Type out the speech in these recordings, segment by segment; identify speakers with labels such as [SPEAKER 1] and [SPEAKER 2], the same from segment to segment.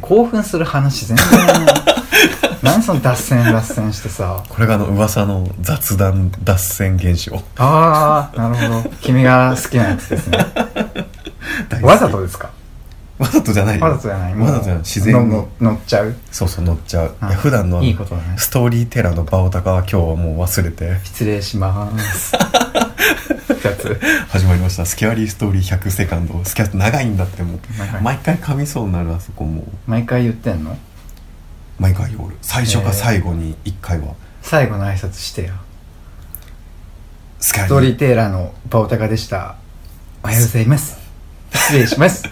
[SPEAKER 1] 興奮する話全然 何その脱線脱線してさ
[SPEAKER 2] これがあの噂の雑談脱線現象
[SPEAKER 1] ああなるほど君が好きなやつですねわざとですか
[SPEAKER 2] わざとじゃないよ
[SPEAKER 1] わざとじゃないもう
[SPEAKER 2] わざとじゃない自然に
[SPEAKER 1] の乗っちゃう
[SPEAKER 2] そうそう乗っちゃうい
[SPEAKER 1] あ
[SPEAKER 2] や普段の
[SPEAKER 1] いいことだね
[SPEAKER 2] ストーリーテラーの場を高は今日はもう忘 れて
[SPEAKER 1] 失礼しますやつ
[SPEAKER 2] 始まりました「スキャリーストーリー100セカンド」スキャッ長いんだってもう
[SPEAKER 1] 長い
[SPEAKER 2] 毎回噛みそうになるあそこもう
[SPEAKER 1] 毎回言ってんの
[SPEAKER 2] 毎回おる最初か最後に1回は
[SPEAKER 1] 最後の挨拶してよ
[SPEAKER 2] 「スキ
[SPEAKER 1] ス
[SPEAKER 2] ャ
[SPEAKER 1] トー
[SPEAKER 2] リ
[SPEAKER 1] リ
[SPEAKER 2] ー
[SPEAKER 1] ーテーラーのバオタカでしたおはようございます失礼し ます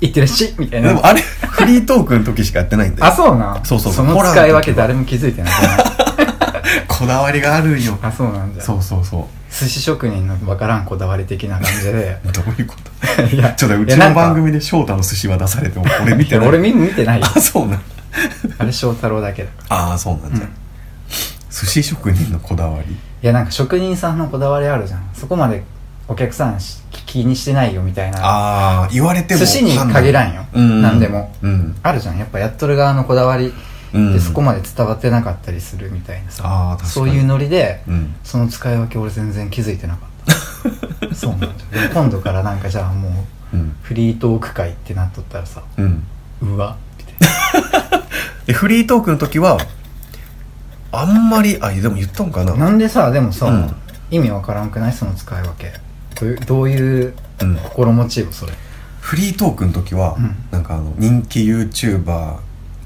[SPEAKER 1] いってらっしゃいみた」い
[SPEAKER 2] でも
[SPEAKER 1] な
[SPEAKER 2] あれ フリートークの時しかやってないんだ
[SPEAKER 1] あ
[SPEAKER 2] よ
[SPEAKER 1] そうな
[SPEAKER 2] そうそう
[SPEAKER 1] その
[SPEAKER 2] ホラーの時は
[SPEAKER 1] 使い分け誰も気づいてない
[SPEAKER 2] こだわりがあるんよ
[SPEAKER 1] あそうなんじゃ
[SPEAKER 2] そうそうそ
[SPEAKER 1] 寿司職人の分からんこだわり的な感じで
[SPEAKER 2] うど ういうこと
[SPEAKER 1] いや
[SPEAKER 2] ちょっとう
[SPEAKER 1] いや
[SPEAKER 2] ち
[SPEAKER 1] なん
[SPEAKER 2] の
[SPEAKER 1] か
[SPEAKER 2] 番組で翔太の寿司は出されても俺見て
[SPEAKER 1] い
[SPEAKER 2] な
[SPEAKER 1] や
[SPEAKER 2] い
[SPEAKER 1] 俺見見てないよ
[SPEAKER 2] あそうなん
[SPEAKER 1] あれ翔太郎だけだ
[SPEAKER 2] ああそうなんじゃ、
[SPEAKER 1] うん
[SPEAKER 2] 寿司職人のこだわり
[SPEAKER 1] いやなんか職人さんのこだわりあるじゃんそこまでお客さんし気にしてないよみたいな
[SPEAKER 2] ああ言われても
[SPEAKER 1] 寿司に限らんよ
[SPEAKER 2] うん
[SPEAKER 1] 何でも
[SPEAKER 2] うん、
[SPEAKER 1] あるじゃんやっぱやっとる側のこだわり
[SPEAKER 2] うん、
[SPEAKER 1] でそこまで伝わってなかったりするみたいなさ、
[SPEAKER 2] あー確かに
[SPEAKER 1] そういうノリで、
[SPEAKER 2] うん
[SPEAKER 1] その使い分け俺全然気づいてな かったそうなんだよでも今度からなんかじゃあもう
[SPEAKER 2] うん
[SPEAKER 1] フリートーク会ってなっとったらさ
[SPEAKER 2] うん
[SPEAKER 1] うわみたいな
[SPEAKER 2] でフリートークの時はあんまりあでも言ったんかな
[SPEAKER 1] なんでさでもさ、
[SPEAKER 2] うん
[SPEAKER 1] 意味わからんくないその使い分けどういうどういう
[SPEAKER 2] うん
[SPEAKER 1] 心持ちよそれ
[SPEAKER 2] フリートークの時は、
[SPEAKER 1] うん
[SPEAKER 2] なんかあの人気 YouTuber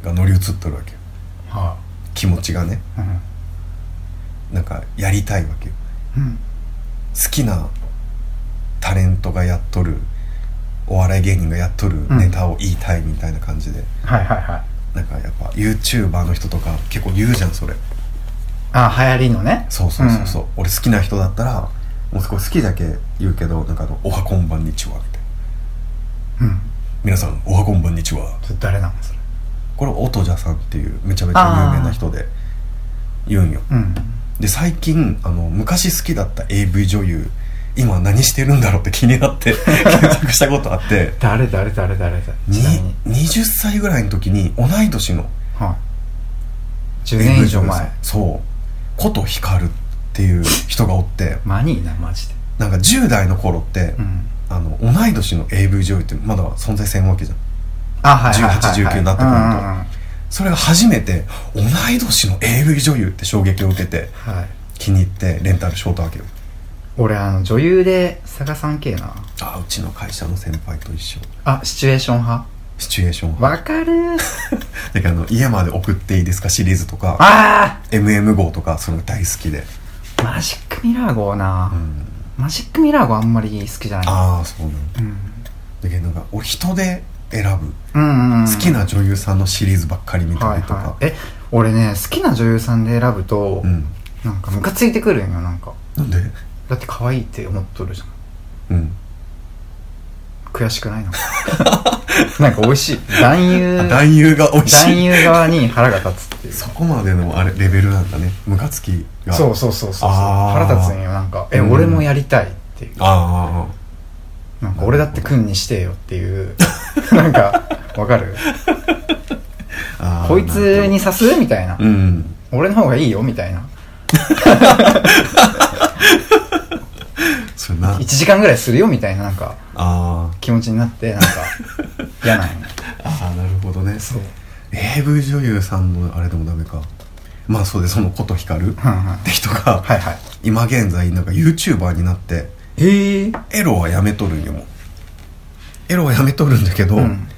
[SPEAKER 2] が乗り移っとるわけよ
[SPEAKER 1] は
[SPEAKER 2] 気持ちがね
[SPEAKER 1] あ
[SPEAKER 2] なんかやりたいわけよ
[SPEAKER 1] うん、うん、
[SPEAKER 2] 好きなタレントがやっとるお笑い芸人がやっとるネタを言いたいみたいな感じで、
[SPEAKER 1] はいはいはい
[SPEAKER 2] なんかやっぱ YouTuber の人とか結構言うじゃんそれ
[SPEAKER 1] あ流行りのね
[SPEAKER 2] そうそうそうそう、俺好きな人だったらもうすごい好きだけ言うけどなんかあの「おはこんばんにちは」みたいな
[SPEAKER 1] うん、うん、
[SPEAKER 2] 「皆さんおはこんばんにちは
[SPEAKER 1] それ誰なのそれ」
[SPEAKER 2] これ音じゃさんっていうめちゃめちゃ有名な人で言うんよ
[SPEAKER 1] うん
[SPEAKER 2] で最近あの昔好きだった AV 女優今何してるんだろうって 気になって検索したことあって
[SPEAKER 1] 誰誰誰誰誰
[SPEAKER 2] に
[SPEAKER 1] ちなみに
[SPEAKER 2] 20歳ぐらいの時に同い年の
[SPEAKER 1] はい10
[SPEAKER 2] AV
[SPEAKER 1] 年以上
[SPEAKER 2] 女優
[SPEAKER 1] 前
[SPEAKER 2] さんそう琴ひかるっていう人がおって
[SPEAKER 1] マニーなマジで
[SPEAKER 2] なんか10代の頃って、
[SPEAKER 1] うん
[SPEAKER 2] あの同い年の AV 女優ってまだ存在せんわけじゃん
[SPEAKER 1] あはいはいはい、はい、
[SPEAKER 2] 18 19になってくると
[SPEAKER 1] る
[SPEAKER 2] それが初めて同い年の AV 女優って衝撃を受けて
[SPEAKER 1] と、はい、
[SPEAKER 2] 気に入ってレンタルしようとわけよ
[SPEAKER 1] 俺あの女優で探さん系な
[SPEAKER 2] ああうちの会社の先輩と一緒
[SPEAKER 1] あシチュエーション派
[SPEAKER 2] シチュエーション派
[SPEAKER 1] わかる ー
[SPEAKER 2] だけどあの家まで送っていいですかシリーズとか
[SPEAKER 1] あ
[SPEAKER 2] MM 号とかそれ大好きで、
[SPEAKER 1] ーマジックミラー号な、
[SPEAKER 2] うん、
[SPEAKER 1] マジックミラー号あんまり好きじゃない
[SPEAKER 2] ああそうなんだ
[SPEAKER 1] うん
[SPEAKER 2] だけどなんか俺人で選ぶ、
[SPEAKER 1] うんうんうん
[SPEAKER 2] 好きな女優さんのシリーズばっかり見た
[SPEAKER 1] はい
[SPEAKER 2] りとか、
[SPEAKER 1] はいえ俺ね好きな女優さんで選ぶと、
[SPEAKER 2] うん
[SPEAKER 1] なんかムカついてくるんよなんか
[SPEAKER 2] なんで
[SPEAKER 1] だって可愛いって思っとるじゃん
[SPEAKER 2] うん
[SPEAKER 1] 悔しくない のなんか美味しい男優
[SPEAKER 2] あ男優が美味しい
[SPEAKER 1] 男優側に腹が立つっていう
[SPEAKER 2] そこまでのあれレベルなんだねムカつきが
[SPEAKER 1] そうそうそうそうそう
[SPEAKER 2] あー
[SPEAKER 1] 腹立つんよなんか「え、
[SPEAKER 2] うん
[SPEAKER 1] 俺もやりたい」っていう
[SPEAKER 2] ああ
[SPEAKER 1] なんか俺だって君にしてよっていう なんかわかる
[SPEAKER 2] あああ
[SPEAKER 1] こいつにさすみたいな、
[SPEAKER 2] うん
[SPEAKER 1] 俺の方がいいよみたいな
[SPEAKER 2] それな
[SPEAKER 1] 1時間ぐらいするよみたいななんか
[SPEAKER 2] あ
[SPEAKER 1] 気持ちになって なんか嫌なんよ
[SPEAKER 2] ーあーなるほどね
[SPEAKER 1] そう
[SPEAKER 2] AV 女優さんのあれでもダメかまあそうでその琴ひかるっ
[SPEAKER 1] うんうん
[SPEAKER 2] て人が、
[SPEAKER 1] はいはい
[SPEAKER 2] 今現在なんか YouTuber になって
[SPEAKER 1] へえ
[SPEAKER 2] エロはやめとるんよもうエロはやめとるんだけど、
[SPEAKER 1] うん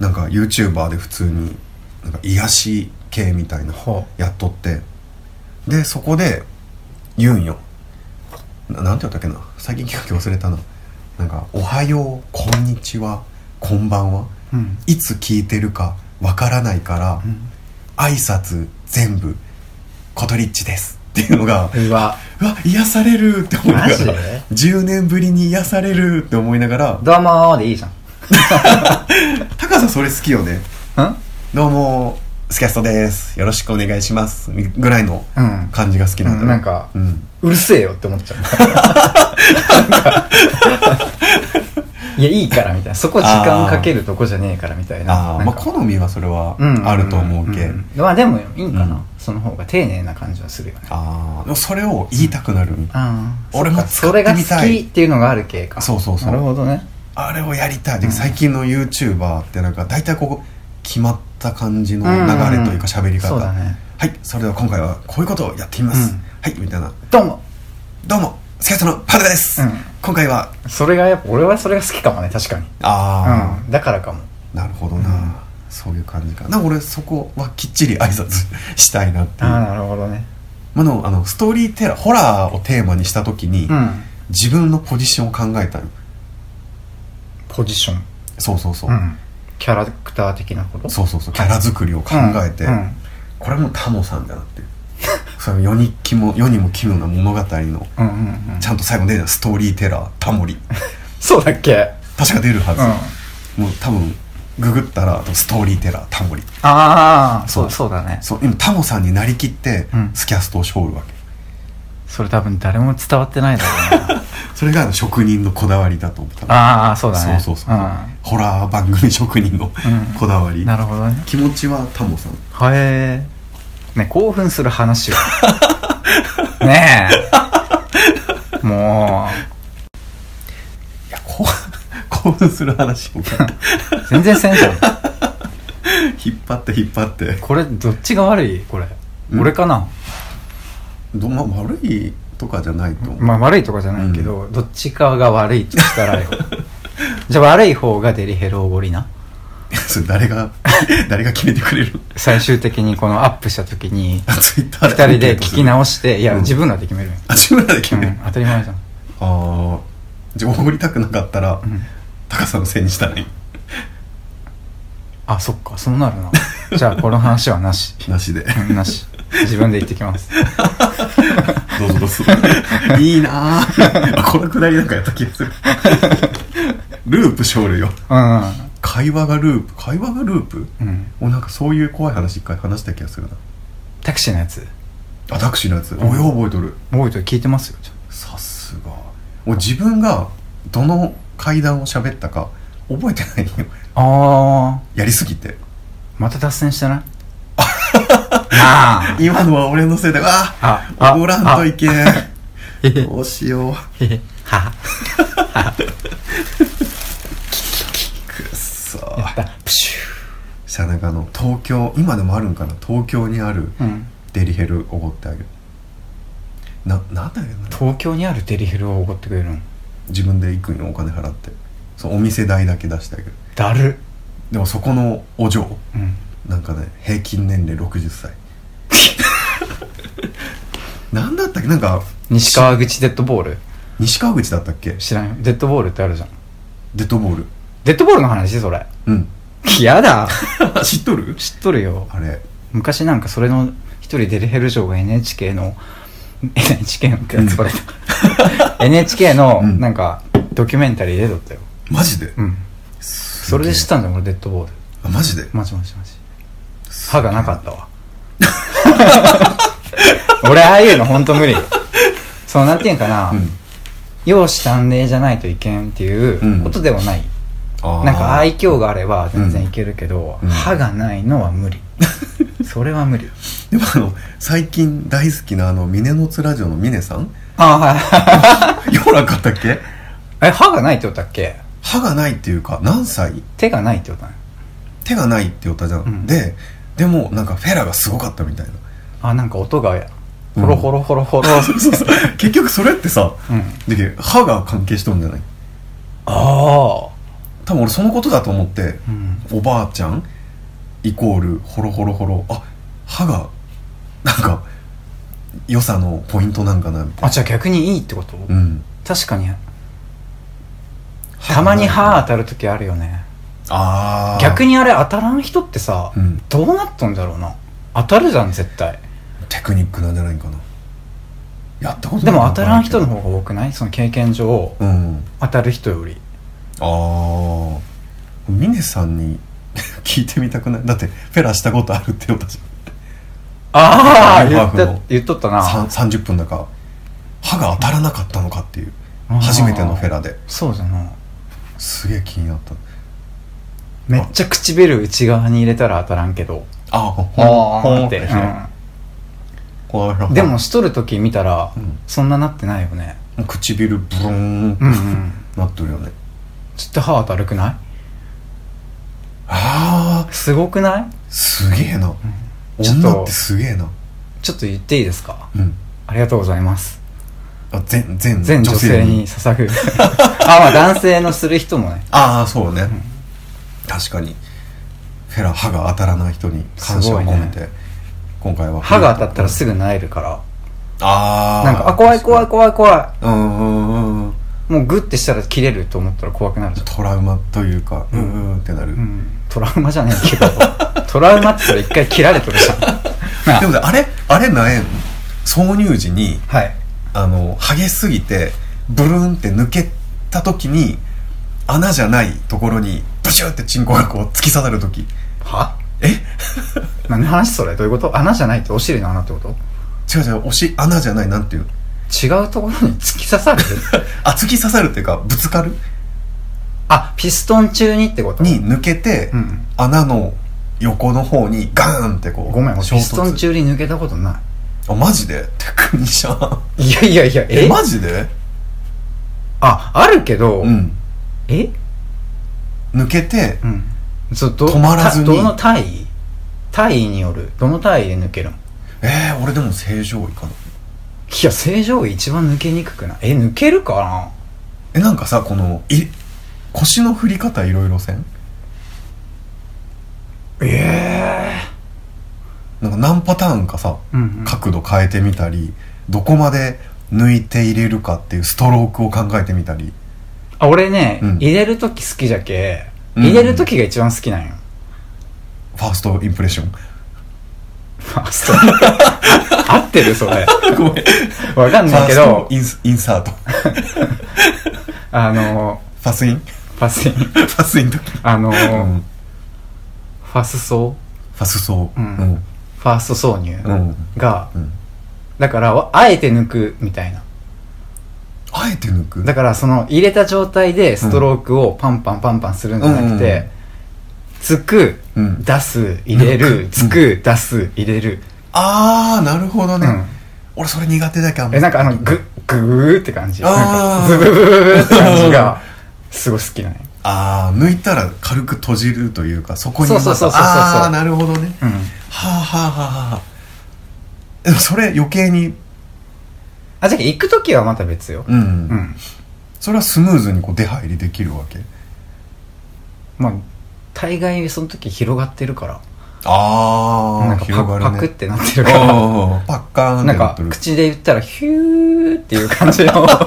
[SPEAKER 2] なんか YouTuber で普通になんか癒し系みたいな
[SPEAKER 1] ほ
[SPEAKER 2] やっとってでそこで言うんよななんて言ったっけな最近聞く忘れたななんか「おはようこんにちはこんばんは
[SPEAKER 1] ううん
[SPEAKER 2] いつ聞いてるかわからないから、
[SPEAKER 1] うん
[SPEAKER 2] 挨拶全部コトリッチです」っていうのが
[SPEAKER 1] うわ
[SPEAKER 2] うわ癒されるって思いなが
[SPEAKER 1] マジ
[SPEAKER 2] ら
[SPEAKER 1] で
[SPEAKER 2] 10年ぶりに癒されるって思いながら
[SPEAKER 1] どうもーでいいじゃん
[SPEAKER 2] 高さんそれ好きよね
[SPEAKER 1] うん
[SPEAKER 2] どうもスキャストですよろしくお願いしますみぐらいの
[SPEAKER 1] うん
[SPEAKER 2] 感じが好きなんだ、
[SPEAKER 1] うんなんか
[SPEAKER 2] うん
[SPEAKER 1] うるせえよって思っちゃういやいいからみたいなそこ時間かけるとこじゃねえからみたいな
[SPEAKER 2] あ
[SPEAKER 1] な
[SPEAKER 2] あ
[SPEAKER 1] ん
[SPEAKER 2] まあ
[SPEAKER 1] か
[SPEAKER 2] 好みはそれは
[SPEAKER 1] うんうんうん
[SPEAKER 2] あると思うけ、
[SPEAKER 1] んんまあでもいいんかな、
[SPEAKER 2] うん
[SPEAKER 1] その方が丁寧な感じはするよね
[SPEAKER 2] ああでもそれを言いたくなる、
[SPEAKER 1] ああ
[SPEAKER 2] 俺も使
[SPEAKER 1] そ
[SPEAKER 2] っ
[SPEAKER 1] れ
[SPEAKER 2] て
[SPEAKER 1] が
[SPEAKER 2] みた
[SPEAKER 1] 好
[SPEAKER 2] い
[SPEAKER 1] きっていうのがある系か
[SPEAKER 2] そうそうそう
[SPEAKER 1] なるほどね
[SPEAKER 2] あれをやりたいで
[SPEAKER 1] うん
[SPEAKER 2] 最近の YouTuber ってなんか大体ここ決まった感じの流れというか喋り方、
[SPEAKER 1] そうだね
[SPEAKER 2] はいそれでは今回はこういうことをやってみます、
[SPEAKER 1] うん
[SPEAKER 2] はいみたいな
[SPEAKER 1] どうも
[SPEAKER 2] どうも生徒のパルダです、
[SPEAKER 1] うん
[SPEAKER 2] 今回は
[SPEAKER 1] それがやっぱ俺はそれが好きかもね確かに
[SPEAKER 2] ああ、
[SPEAKER 1] うんだからかも
[SPEAKER 2] なるほどな、
[SPEAKER 1] うん
[SPEAKER 2] そういう感じかなんか俺そこはきっちり挨拶 したいなっていう
[SPEAKER 1] ああなるほどね
[SPEAKER 2] まあでもあのストーリーテラーホラーをテーマにした時に、
[SPEAKER 1] うん
[SPEAKER 2] 自分のポジションを考えたの
[SPEAKER 1] ポジション
[SPEAKER 2] そうそうそう、
[SPEAKER 1] うんキャラクター的なこと
[SPEAKER 2] そうそうそうキャラ作りを考えて、
[SPEAKER 1] うんうん
[SPEAKER 2] これもタモさんだなっていう その世に奇も世にも奇妙な物語の
[SPEAKER 1] うんうんうん
[SPEAKER 2] ちゃんと最後出るじゃんストーリーテラータモリ
[SPEAKER 1] そうだっけ
[SPEAKER 2] 確か出るはず、
[SPEAKER 1] うん
[SPEAKER 2] もう多分ググったらストーリーテラータモリ
[SPEAKER 1] ああ
[SPEAKER 2] そ
[SPEAKER 1] そううそうだね
[SPEAKER 2] そう今タモさんになりきって
[SPEAKER 1] うん
[SPEAKER 2] スキャストをしょるわけ、
[SPEAKER 1] それ多分誰も伝わってないだろうな
[SPEAKER 2] それが職人のこだわりだと思った
[SPEAKER 1] ああそうだね
[SPEAKER 2] そうそうそう、
[SPEAKER 1] ん
[SPEAKER 2] ホラー番組職人の
[SPEAKER 1] うん
[SPEAKER 2] こだわり、
[SPEAKER 1] なるほどね
[SPEAKER 2] 気持ちはタモさん
[SPEAKER 1] はえね興奮する 話をねえも
[SPEAKER 2] いやこう興奮する話を
[SPEAKER 1] う全然せんじゃん
[SPEAKER 2] 引っ張って引っ張って
[SPEAKER 1] これどっちが悪いこれ、
[SPEAKER 2] うん
[SPEAKER 1] 俺かな
[SPEAKER 2] どまあ悪いとかじゃないと思う、
[SPEAKER 1] まあ悪いとかじゃないけど、どっちかが悪いとしたらよじゃあ悪い方がデリヘルおごりな
[SPEAKER 2] それ 誰が 誰が決めてくれる
[SPEAKER 1] 最終的にこのアップした時に
[SPEAKER 2] あツイッター
[SPEAKER 1] 2人 で聞き直していや、
[SPEAKER 2] うん
[SPEAKER 1] 自分らで決めるよ、
[SPEAKER 2] あ自分らで決
[SPEAKER 1] う
[SPEAKER 2] める、
[SPEAKER 1] ん、当たり前じゃん
[SPEAKER 2] ああじゃあおごりたくなかったら、
[SPEAKER 1] ん
[SPEAKER 2] 高さのせいにしたらいい
[SPEAKER 1] あそっかそうなるなじゃあこの話はなし
[SPEAKER 2] なしで
[SPEAKER 1] うんなし自分で言ってきます
[SPEAKER 2] どうぞ どうぞいいなーあこのくだりなんかやった気がするループ勝利よ
[SPEAKER 1] うん
[SPEAKER 2] 会話がループ会話がループ、
[SPEAKER 1] うん
[SPEAKER 2] おなんかそういう怖い話一回話した気がするな
[SPEAKER 1] タクシーのやつ
[SPEAKER 2] あタクシーのやつ、
[SPEAKER 1] ん
[SPEAKER 2] およ覚えとる
[SPEAKER 1] 覚えてる聞いてますよちょ
[SPEAKER 2] さすが俺自分がどの階段を喋ったか覚えてないよ
[SPEAKER 1] ああ
[SPEAKER 2] やりすぎて
[SPEAKER 1] また脱線してない あ
[SPEAKER 2] 今のは俺のせいでわ
[SPEAKER 1] あ
[SPEAKER 2] あ
[SPEAKER 1] あ
[SPEAKER 2] おごらんといけん
[SPEAKER 1] えへへ
[SPEAKER 2] どうしよう
[SPEAKER 1] へへは
[SPEAKER 2] くっそ
[SPEAKER 1] やったプシ
[SPEAKER 2] したらなんかあの東京今でもあるんかな東京にある
[SPEAKER 1] ューうん
[SPEAKER 2] デリヘルおごってあげるななんだよね
[SPEAKER 1] 東京にあるデリヘルをおごってくれるの
[SPEAKER 2] 自分で行くんよお金払ってそうお店代だけ出してあげる
[SPEAKER 1] だる
[SPEAKER 2] でもそこのお嬢
[SPEAKER 1] うん
[SPEAKER 2] なんかね平均年齢60歳 なんだったっけなんか
[SPEAKER 1] 西川口デッドボール
[SPEAKER 2] 西川口だったっけ
[SPEAKER 1] 知らんよデッドボールってあるじゃん
[SPEAKER 2] デッドボール
[SPEAKER 1] デッドボールの話それ
[SPEAKER 2] うん
[SPEAKER 1] やだ
[SPEAKER 2] 知っとる
[SPEAKER 1] 知っとるよ
[SPEAKER 2] あれ
[SPEAKER 1] 昔なんかそれの一人デリヘル嬢が NHK の NHK のってやつこれ NHK の
[SPEAKER 2] うん
[SPEAKER 1] なんかドキュメンタリーで撮ったよ
[SPEAKER 2] マジで
[SPEAKER 1] うん
[SPEAKER 2] そ
[SPEAKER 1] それで知ったんだよ俺デッドボール
[SPEAKER 2] あマジで
[SPEAKER 1] マジマジマジ歯がなかったわ 俺ああいうの本当無理そのなんていうんかな、
[SPEAKER 2] うん
[SPEAKER 1] 容姿端麗じゃないといけんっていうことではない、
[SPEAKER 2] あー
[SPEAKER 1] なんか愛嬌があれば全然いけるけど、
[SPEAKER 2] うん
[SPEAKER 1] 歯がないのは 無理それは無理
[SPEAKER 2] でもあの最近大好きなあの峰の津ラジオの峰さん
[SPEAKER 1] ああはい
[SPEAKER 2] 言わなかったっけ
[SPEAKER 1] え歯がないって言ったっけ
[SPEAKER 2] 歯がないっていうか何歳
[SPEAKER 1] 手がないって言ったの
[SPEAKER 2] 手がないって言ったじゃん、
[SPEAKER 1] うん
[SPEAKER 2] ででもなんかフェラがすごかったみたいな
[SPEAKER 1] あなんか音がホロホロホロホロ、
[SPEAKER 2] そうそうそう結局それってさ、
[SPEAKER 1] う
[SPEAKER 2] で歯が関係しとるんじゃない
[SPEAKER 1] ああ
[SPEAKER 2] 多分俺そのことだと思って、
[SPEAKER 1] うん
[SPEAKER 2] おばあちゃんイコールホロホロホロあ歯がなんか良さのポイントなんかなみたい
[SPEAKER 1] あじゃあ逆にいいってこと、
[SPEAKER 2] なうん
[SPEAKER 1] 確かにたまに歯当たる時あるよね
[SPEAKER 2] ああ
[SPEAKER 1] 逆にあれ当たらん人ってさ、
[SPEAKER 2] うん
[SPEAKER 1] どうなっとんだろうな当たるじゃん絶対
[SPEAKER 2] テクニックなんじゃないかなやったこと
[SPEAKER 1] で
[SPEAKER 2] ない
[SPEAKER 1] も当たらん人の方が多くないその経験上
[SPEAKER 2] うん
[SPEAKER 1] 当たる人より
[SPEAKER 2] ああ峰さんに 聞いてみたくないだってフェラしたことあるって言ったじ
[SPEAKER 1] あ
[SPEAKER 2] あ
[SPEAKER 1] あ言っ
[SPEAKER 2] ハーフ
[SPEAKER 1] た
[SPEAKER 2] の
[SPEAKER 1] 言っとった
[SPEAKER 2] ゃん
[SPEAKER 1] な
[SPEAKER 2] さん30分だから歯が当たらなかったのかっていう
[SPEAKER 1] あー
[SPEAKER 2] 初めてのフェラで
[SPEAKER 1] そうじゃな
[SPEAKER 2] すげえ気になった
[SPEAKER 1] めっちゃ唇内側に入れたら当たらんけど
[SPEAKER 2] あほん
[SPEAKER 1] ほーんって、
[SPEAKER 2] ほん
[SPEAKER 1] うんでもしとる時見たら、
[SPEAKER 2] うん
[SPEAKER 1] そんななってないよね
[SPEAKER 2] 唇ブロー
[SPEAKER 1] う
[SPEAKER 2] ン、
[SPEAKER 1] んうん
[SPEAKER 2] なってるよね
[SPEAKER 1] ちょっと歯当たるくない
[SPEAKER 2] ああ
[SPEAKER 1] すごくない
[SPEAKER 2] すげえな、
[SPEAKER 1] ちょっと
[SPEAKER 2] 女ってすげえな
[SPEAKER 1] ちょっと言っていいですか
[SPEAKER 2] うん
[SPEAKER 1] ありがとうございます
[SPEAKER 2] あ全全
[SPEAKER 1] 全女性に捧ぐ あまあ男性のする人もね
[SPEAKER 2] ああそうね、確かにフェラ歯が当たらない人に感謝を込めて、
[SPEAKER 1] す
[SPEAKER 2] 今回は
[SPEAKER 1] 歯が当たったらすぐ萎えるから
[SPEAKER 2] ああ
[SPEAKER 1] なんかあ怖い怖い怖い怖
[SPEAKER 2] うんうんうんうん
[SPEAKER 1] いもうグッてしたら切れると思ったら怖くなるじゃん
[SPEAKER 2] トラウマというかうんうんってなる、
[SPEAKER 1] うんトラウマじゃないけど トラウマってそれ一回切られてる じゃん
[SPEAKER 2] でもねあれあれなんやん挿入時に
[SPEAKER 1] はい
[SPEAKER 2] あの激しすぎてブルーンって抜けた時に穴じゃないところにブシューってチンコがこう突き刺さる時
[SPEAKER 1] は
[SPEAKER 2] え
[SPEAKER 1] 何の話それどういうこと穴じゃないってお尻の穴ってこと
[SPEAKER 2] 違う違う押し穴じゃないなんていうの
[SPEAKER 1] 違うところに突き刺さる
[SPEAKER 2] あ突き刺さるっていうかぶつかる
[SPEAKER 1] あピストン中にってこと
[SPEAKER 2] に抜けて、
[SPEAKER 1] うん
[SPEAKER 2] 穴の横の方にガーンってこう
[SPEAKER 1] ごめん俺
[SPEAKER 2] 衝
[SPEAKER 1] ピストン
[SPEAKER 2] 突
[SPEAKER 1] 中に抜けたことな
[SPEAKER 2] あマジでテクニシャン
[SPEAKER 1] いいやいやいや
[SPEAKER 2] えマジで
[SPEAKER 1] ああるけど、
[SPEAKER 2] うん
[SPEAKER 1] え
[SPEAKER 2] 抜けて
[SPEAKER 1] うんそうど
[SPEAKER 2] 止まらずに
[SPEAKER 1] たどの体位体位によるどの体位で抜けるの
[SPEAKER 2] えー、俺でも正常位かない
[SPEAKER 1] や正常位一番抜けにくくないえ抜けるかな
[SPEAKER 2] えなんかさこのい腰の振り方いろいろせん
[SPEAKER 1] え
[SPEAKER 2] なんか何パターンかさ
[SPEAKER 1] えうんうん
[SPEAKER 2] 角度変えてみたりどこまで抜いて入れるかっていうストロークを考えてみたり
[SPEAKER 1] あ俺ね、
[SPEAKER 2] うん
[SPEAKER 1] 入れる時好きじゃけ
[SPEAKER 2] うん
[SPEAKER 1] 入れる時が一番好きなんよ、
[SPEAKER 2] ファーストインプレッション
[SPEAKER 1] ファース ト合ってるそれ
[SPEAKER 2] ごめん
[SPEAKER 1] わかん
[SPEAKER 2] フ
[SPEAKER 1] な
[SPEAKER 2] ァ
[SPEAKER 1] い
[SPEAKER 2] ー
[SPEAKER 1] け
[SPEAKER 2] スト
[SPEAKER 1] ど
[SPEAKER 2] インスインサートフ
[SPEAKER 1] あの
[SPEAKER 2] ァスイン
[SPEAKER 1] パスイン
[SPEAKER 2] ファスイン時、
[SPEAKER 1] あの、
[SPEAKER 2] うん、
[SPEAKER 1] ファスソ
[SPEAKER 2] ファスソ
[SPEAKER 1] う
[SPEAKER 2] うんん
[SPEAKER 1] ファースト挿入
[SPEAKER 2] うん
[SPEAKER 1] が、
[SPEAKER 2] うん
[SPEAKER 1] だからわあえて抜くみたいな
[SPEAKER 2] あえて抜く
[SPEAKER 1] だからその入れた状態でストロークをパンパンパンパンするんじゃなくて、つく
[SPEAKER 2] うん
[SPEAKER 1] 出す入れ
[SPEAKER 2] う
[SPEAKER 1] る
[SPEAKER 2] ん
[SPEAKER 1] つく出す入れる、
[SPEAKER 2] ああなるほどね、
[SPEAKER 1] うん
[SPEAKER 2] 俺それ苦手だけど
[SPEAKER 1] えなんかあのグッグーって感じなんか
[SPEAKER 2] あ
[SPEAKER 1] ズ
[SPEAKER 2] ー
[SPEAKER 1] ブブブブブって感じがすごい好きなのよ
[SPEAKER 2] ああ抜いたら軽く閉じるというかそこに
[SPEAKER 1] そうそうそうそうそう
[SPEAKER 2] またああなるほどね、
[SPEAKER 1] うん
[SPEAKER 2] はあはあはあはあでもそれ余計に
[SPEAKER 1] あじゃあ行く時はまた別よ
[SPEAKER 2] うん、
[SPEAKER 1] うん、
[SPEAKER 2] それはスムーズにこう出入りできるわけ
[SPEAKER 1] まあ大概その時広がってるから
[SPEAKER 2] あ
[SPEAKER 1] なんかパ,、
[SPEAKER 2] 広がる
[SPEAKER 1] パ
[SPEAKER 2] ね
[SPEAKER 1] クって なってるから
[SPEAKER 2] あーパッカーンって
[SPEAKER 1] なん
[SPEAKER 2] なっ
[SPEAKER 1] か
[SPEAKER 2] てる
[SPEAKER 1] 口で言ったらヒューっていう感じ のわ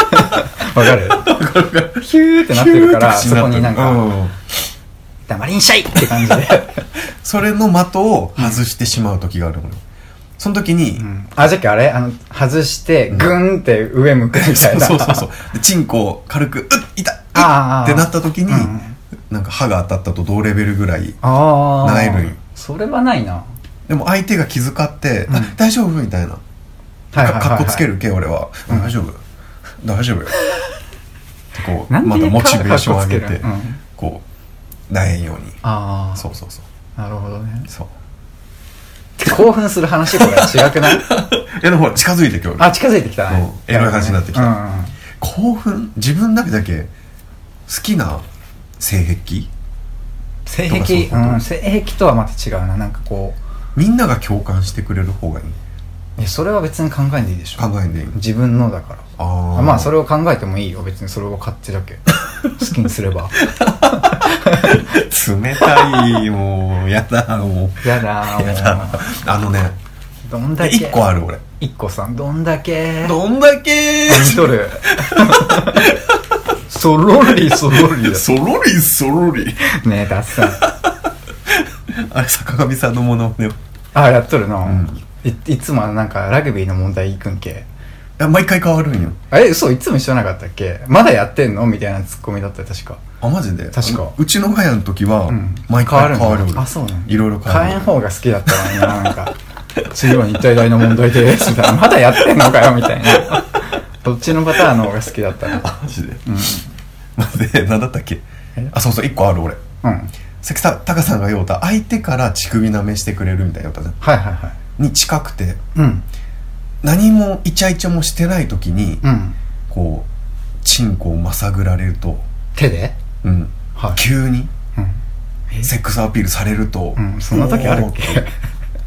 [SPEAKER 1] かるヒューってなってる から
[SPEAKER 2] ヒュ
[SPEAKER 1] そ
[SPEAKER 2] ー
[SPEAKER 1] こ
[SPEAKER 2] って口
[SPEAKER 1] になんか、
[SPEAKER 2] う
[SPEAKER 1] 黙りんしゃいって感じで、
[SPEAKER 2] それの的を外してしまう時があるのよ、その時に、
[SPEAKER 1] うん、あじゃああれあの外してグーンって上向くみたいな、
[SPEAKER 2] そうそうそうでチンコを軽く「うっ痛っ!」
[SPEAKER 1] あ
[SPEAKER 2] っ
[SPEAKER 1] ー
[SPEAKER 2] てなった時に、
[SPEAKER 1] うん
[SPEAKER 2] なんか歯が当たったと同レベルぐらい
[SPEAKER 1] ああ
[SPEAKER 2] ない分
[SPEAKER 1] それはないな
[SPEAKER 2] でも相手が気遣って「
[SPEAKER 1] うん
[SPEAKER 2] あ大丈夫?」みたいな
[SPEAKER 1] は
[SPEAKER 2] かかっこつけ
[SPEAKER 1] る
[SPEAKER 2] るけ俺は「
[SPEAKER 1] うん
[SPEAKER 2] 大丈夫大丈夫よ」ってこ う
[SPEAKER 1] なんで
[SPEAKER 2] またモチベーションを上げ
[SPEAKER 1] かっこつ
[SPEAKER 2] て
[SPEAKER 1] けるうん
[SPEAKER 2] こうなえんように
[SPEAKER 1] ああ
[SPEAKER 2] そうそうそう
[SPEAKER 1] なるほどね
[SPEAKER 2] そう
[SPEAKER 1] 興奮する話これ違くない
[SPEAKER 2] えでもほら近づいてきょ
[SPEAKER 1] あ近づいてきたね
[SPEAKER 2] うんエロい話になってきた
[SPEAKER 1] うんうんうん
[SPEAKER 2] 興奮自分だけだけ好きな性癖
[SPEAKER 1] 性
[SPEAKER 2] とかそういう
[SPEAKER 1] 癖
[SPEAKER 2] こと
[SPEAKER 1] うん性癖とはまた違うななんかこ
[SPEAKER 2] みんなが共感してくれる方がいいう
[SPEAKER 1] いやそれは別に考えんでいいでしょ
[SPEAKER 2] 考えんでいい
[SPEAKER 1] 自分のだから
[SPEAKER 2] ああ
[SPEAKER 1] まあそ
[SPEAKER 2] れ
[SPEAKER 1] れを考えてもいいよ別にそれを買ってだけ好きにすれ ば
[SPEAKER 2] 冷たいもうやだ も
[SPEAKER 1] やだ
[SPEAKER 2] うやだ
[SPEAKER 1] ーも
[SPEAKER 2] あのね
[SPEAKER 1] うどんだけ
[SPEAKER 2] 一個ある俺
[SPEAKER 1] 一個さんどんだけ
[SPEAKER 2] どんだ け
[SPEAKER 1] 見とる そろりそろりだ
[SPEAKER 2] そろりそろり
[SPEAKER 1] ねえダッサン
[SPEAKER 2] あれ坂上さんのものね
[SPEAKER 1] あやっとるな、
[SPEAKER 2] うん
[SPEAKER 1] いいつもあのなんかラグビーの問題いくんけ
[SPEAKER 2] 毎回変わるんよ
[SPEAKER 1] あえ嘘いつも一緒じゃなかったっけまだやってんのみたいなツッコミだったよ確か
[SPEAKER 2] あマジで
[SPEAKER 1] 確か
[SPEAKER 2] あのうちのガヤの時は
[SPEAKER 1] うん
[SPEAKER 2] 毎回変わる,、
[SPEAKER 1] 変わるのあそうなんだ
[SPEAKER 2] いろいろ変わ
[SPEAKER 1] 火
[SPEAKER 2] る
[SPEAKER 1] 炎方が好きだったわねなんか 次は日体大の問題ですみたいなま だやってんのかよみたいなどっちのパターンの方が好きだったな
[SPEAKER 2] マジで、待って何だったっけ
[SPEAKER 1] え
[SPEAKER 2] あそうそう1個ある俺
[SPEAKER 1] うんはい
[SPEAKER 2] 関さん高さんが言おうた相手から乳首舐めしてくれるみたいな言おうたじゃん
[SPEAKER 1] はいはい
[SPEAKER 2] に近くて
[SPEAKER 1] うん
[SPEAKER 2] 何もイチャイチャもしてない時に、
[SPEAKER 1] うん
[SPEAKER 2] こうチンコをまさぐられると、
[SPEAKER 1] 手で
[SPEAKER 2] うん、
[SPEAKER 1] はい
[SPEAKER 2] 急に
[SPEAKER 1] え
[SPEAKER 2] セックスアピールされると、
[SPEAKER 1] うんそんな時あるっけ
[SPEAKER 2] おーて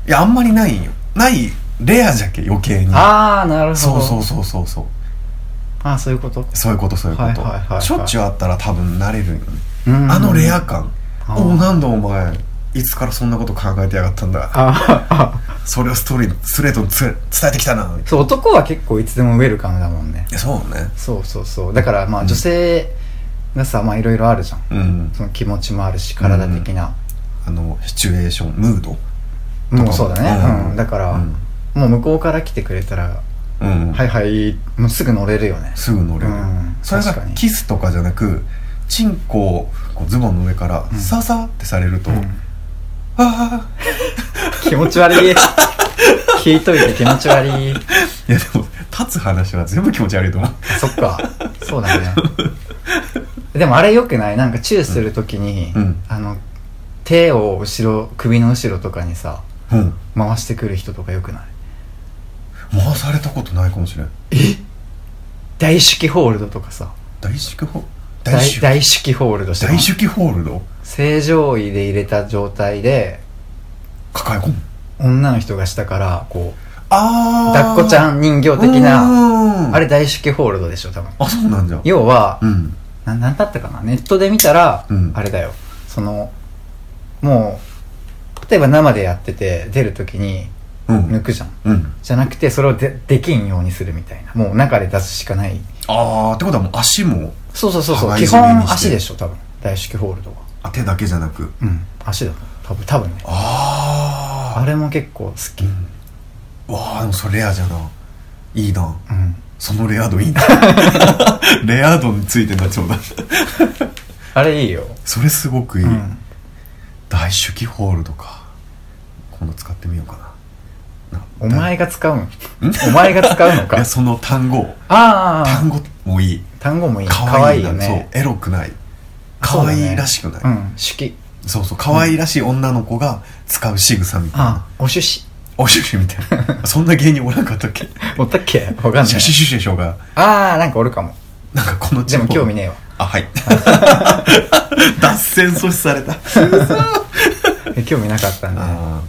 [SPEAKER 2] いやあんまりないんよないレアじゃけ余計に
[SPEAKER 1] ああなるほど
[SPEAKER 2] そうそうそうそうそう
[SPEAKER 1] ああそういうこと
[SPEAKER 2] そういうことそういうこと、
[SPEAKER 1] はいはいはいはい
[SPEAKER 2] しょっちゅうあったら多分慣れるんよね、
[SPEAKER 1] うん
[SPEAKER 2] あのレア感
[SPEAKER 1] あー
[SPEAKER 2] おおなんだお前いつからそんなこと考えてやがったんだ
[SPEAKER 1] ああ
[SPEAKER 2] それをストレートストレートにつ伝えてきたなみたい
[SPEAKER 1] そう男は結構いつでもウェルカムだもんね
[SPEAKER 2] なそうね
[SPEAKER 1] そうそうそうだからまあ
[SPEAKER 2] うん
[SPEAKER 1] 女性がさまあいろいろあるじゃん
[SPEAKER 2] うん
[SPEAKER 1] その気持ちもあるし体的な、
[SPEAKER 2] あのシチュエーションムード
[SPEAKER 1] もうそうだね、うんだから、
[SPEAKER 2] うん
[SPEAKER 1] もう向こうから来てくれたら
[SPEAKER 2] うんうん
[SPEAKER 1] はいはいもうすぐ乗れるよね
[SPEAKER 2] すぐ乗れる、
[SPEAKER 1] うん
[SPEAKER 2] それが
[SPEAKER 1] 確かに
[SPEAKER 2] キスとかじゃなくチンコをこうズボンの上から
[SPEAKER 1] うん
[SPEAKER 2] ササってされると、
[SPEAKER 1] うん
[SPEAKER 2] ああ
[SPEAKER 1] 気持ち悪い 聞いといて気持ち悪い
[SPEAKER 2] いやでも立つ話は全部気持ち悪いと思う
[SPEAKER 1] そっかそうだねでもあれよくないなんかチューするときに、
[SPEAKER 2] うんうん
[SPEAKER 1] あの手を後ろ首の後ろとかにさ
[SPEAKER 2] うん
[SPEAKER 1] 回してくる人とかよくない
[SPEAKER 2] 回されたことないかもしれん
[SPEAKER 1] 大手記ホールドとかさ
[SPEAKER 2] 大式ホ大
[SPEAKER 1] 大
[SPEAKER 2] 式
[SPEAKER 1] 大手記ホールドして
[SPEAKER 2] 大式ホールド
[SPEAKER 1] 正常位で入れた状態で
[SPEAKER 2] 抱え込む
[SPEAKER 1] 女の人が下からこう
[SPEAKER 2] ああ
[SPEAKER 1] 抱っこちゃん人形的な
[SPEAKER 2] な
[SPEAKER 1] あれ大手記ホールドでしょ多分
[SPEAKER 2] あそうなんじゃん
[SPEAKER 1] 要は
[SPEAKER 2] うん
[SPEAKER 1] ななんだったかなネットで見たら、
[SPEAKER 2] うん
[SPEAKER 1] あれだよそのもう例えば生でやってて出る時に
[SPEAKER 2] うん
[SPEAKER 1] 抜くじゃん
[SPEAKER 2] うん
[SPEAKER 1] じゃなくてそれをでできんようにするみたいなもう中で出すしかない
[SPEAKER 2] ああってことはもう足も
[SPEAKER 1] そうそうそうそう
[SPEAKER 2] 互い
[SPEAKER 1] 基
[SPEAKER 2] 締めに
[SPEAKER 1] 本
[SPEAKER 2] して
[SPEAKER 1] 足でしょ多分大式ホールドは
[SPEAKER 2] あ手だけじゃなく
[SPEAKER 1] うん足だと多分多分ね
[SPEAKER 2] ああ
[SPEAKER 1] あれも結構好きうん
[SPEAKER 2] わあでもそれレアじゃないいなそのレア度い いなレア度についてなっちゃうな
[SPEAKER 1] あれいいよ
[SPEAKER 2] それすごくいい、
[SPEAKER 1] うん
[SPEAKER 2] 大手記ホールドか今度使ってみようかなな
[SPEAKER 1] お前が使うのお前が使うの
[SPEAKER 2] い
[SPEAKER 1] か
[SPEAKER 2] やその単語
[SPEAKER 1] ああ
[SPEAKER 2] 単語もいい
[SPEAKER 1] 単語もいい
[SPEAKER 2] 可
[SPEAKER 1] 可
[SPEAKER 2] 愛
[SPEAKER 1] 愛
[SPEAKER 2] い
[SPEAKER 1] いよ
[SPEAKER 2] な
[SPEAKER 1] ね
[SPEAKER 2] そうエロくない
[SPEAKER 1] そ
[SPEAKER 2] 可
[SPEAKER 1] うだね
[SPEAKER 2] 愛いらしくない
[SPEAKER 1] うん手記
[SPEAKER 2] そうそう可愛いらしい女の子が使う仕草みたいな
[SPEAKER 1] ああおしゅ し
[SPEAKER 2] おしゅしゅみたいなそんな芸人おらんかったっけ
[SPEAKER 1] おったっけわかんない
[SPEAKER 2] シュシュシュシュでしょうが
[SPEAKER 1] ああなんかおるかも
[SPEAKER 2] なんかこの
[SPEAKER 1] でも興味ねえ わ
[SPEAKER 2] あはい脱線阻止された
[SPEAKER 1] え興味なかったんで
[SPEAKER 2] あ